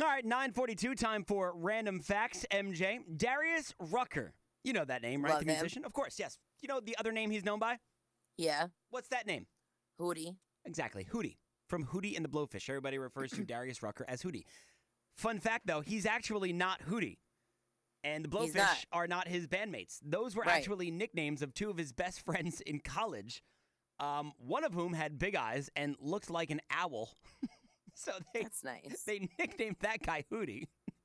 All right, 942 time for random facts, MJ. Darius Rucker. You know that name, right? Love the him. musician? Of course, yes. You know the other name he's known by? Yeah. What's that name? Hootie. Exactly, Hootie. From Hootie and the Blowfish. Everybody refers to Darius Rucker as Hootie. Fun fact though, he's actually not Hootie. And the He's Blowfish not. are not his bandmates. Those were Right. actually nicknames of two of his best friends in college, um, one of whom had big eyes and looked like an owl. so they That's nice. they nicknamed that guy Hootie.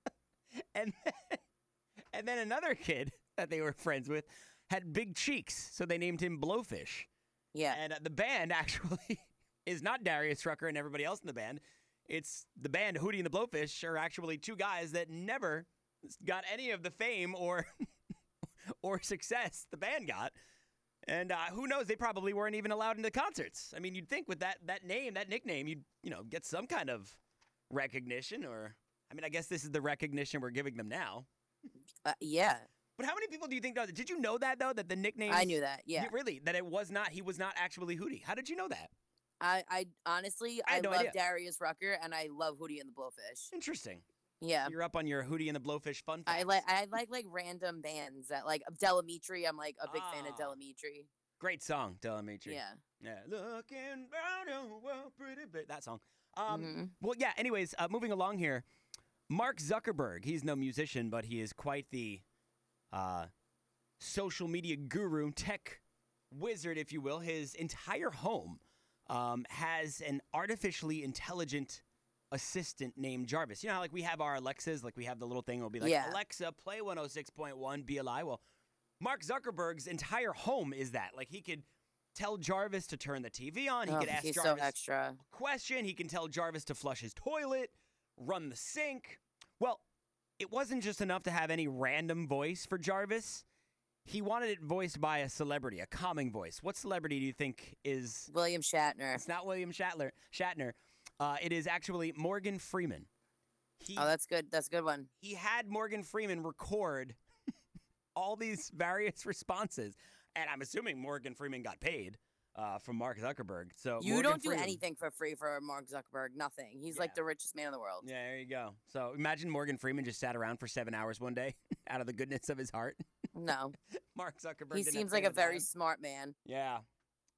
and then, and then another kid that they were friends with had big cheeks, so they named him Blowfish. yeah. And uh, the band actually is not Darius Rucker and everybody else in the band. It's the band Hootie and the Blowfish are actually two guys that never got any of the fame or or success the band got. And uh, who knows? They probably weren't even allowed into concerts. I mean, you'd think with that that name, that nickname, you'd you know get some kind of recognition. Or I mean, I guess this is the recognition we're giving them now. Uh, yeah. But how many people do you think know that? Did you know that though? That the nickname I knew that. Yeah. really that it was not he was not actually Hootie. How did you know that? I, I honestly, I I, had no love idea. Darius Rucker and I love Hootie and the Blowfish. Interesting. Yeah. You're up on your Hootie and the Blowfish fun. I facts. like I like like random bands that like Delamitri. I'm like a big fan of Ah. Delamitri. Great song, Delamitri. Yeah. Yeah. Looking round a world pretty bit. That song. Um, Mhm. Well, yeah. Anyways, uh, moving along here. Mark Zuckerberg. He's no musician, but he is quite the uh, social media guru, tech wizard, if you will. His entire home um, has an artificially intelligent assistant named Jarvis. You know how like we have our Alexas, like we have the little thing. It'll be like Yeah. Alexa, play 106.1 BLI. Well, Mark Zuckerberg's entire home is that. Like he could tell Jarvis to turn the TV on. He Oh, could ask he's so Jarvis extra. a question. He can tell Jarvis to flush his toilet, run the sink. Well, it wasn't just enough to have any random voice for Jarvis. He wanted it voiced by a celebrity, a calming voice. What celebrity do you think is? William Shatner. Oh, It's not William Shatner. Shatner. Uh, it is actually Morgan Freeman. He Oh, that's good. That's a good one. he had Morgan Freeman record all these various responses, and I'm assuming Morgan Freeman got paid uh, from Mark Zuckerberg. So You Morgan don't do Freeman- anything for free for Mark Zuckerberg. Nothing. He's Yeah. like the richest man in the world. Yeah, there you go. So imagine Morgan Freeman just sat around for seven hours one day out of the goodness of his heart. No, Mark Zuckerberg. he didn't seems have like a to very die. smart man. yeah,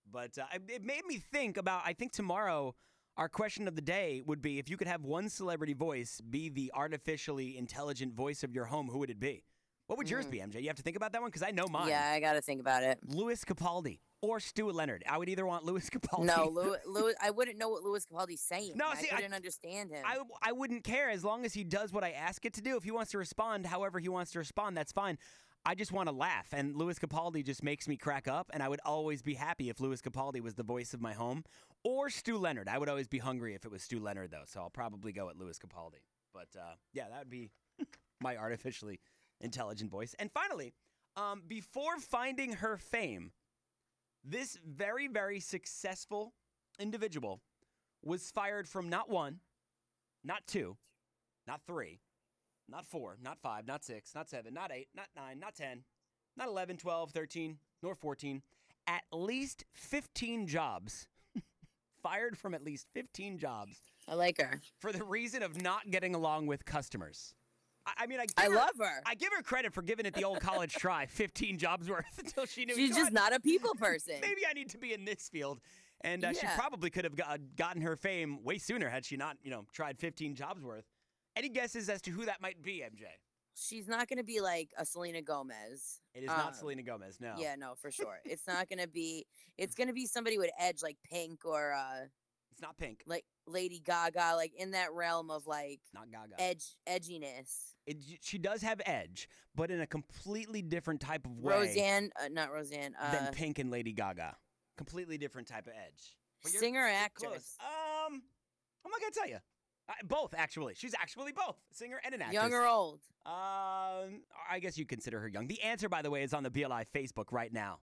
but uh, it- it made me think about. I think tomorrow our question of the day would be: if you could have one celebrity voice be the artificially intelligent voice of your home, who would it be? What would yours be, MJ? You have to think about that one because I know mine. Mm. Yeah, I got to think about it. Louis Capaldi or Stuart Leonard. I would either want Louis Capaldi. No, Louis, Louis, I wouldn't know what Louis Capaldi's saying. No, I see, I- couldn't understand him. I, I wouldn't care as long as he does what I ask it to do. If he wants to respond however he wants to respond, that's fine. I just want to laugh. And Louis Capaldi just makes me crack up. And I would always be happy if Louis Capaldi was the voice of my home or Stu Leonard. I would always be hungry if it was Stu Leonard, though. So I'll probably go at Louis Capaldi. But uh, yeah, that would be my artificially intelligent voice. And finally, um, before finding her fame, this very, very successful individual was fired from not one, not two, not three, not four, not five, not six, not seven, not eight, not nine, not 10, not 11, 12, 13, nor 14, at least 15 jobs. fired from at least 15 jobs I like her. for the reason of not getting along with customers. I, I mean, I, give I her- love her. I give her credit for giving it the old college try, 15 jobs worth until she knew. you She's know just what? not a people person. maybe I need to be in this field. And uh, she Yeah. probably could have got, gotten her fame way sooner had she not, you know, tried 15 jobs worth. Any guesses as to who that might be, MJ? She's not going to be like a Selena Gomez. It is not Um, Selena Gomez, no. Yeah, no, for sure. it's not going to be. It's going to be somebody with edge, like Pink or uh It's not Pink, like Lady Gaga, like in that realm of like not Gaga. edge edginess. It, she does have edge, but in a completely different type of way Roseanne, uh, not Roseanne. than Uh, Pink and Lady Gaga. Completely different type of edge. But you're singer close. actress. Um, I'm not going to tell you. Uh, both, actually. She's actually both, singer and an actress. Young or old? Um, I guess you consider her young. The answer, by the way, is on the BLI Facebook right now.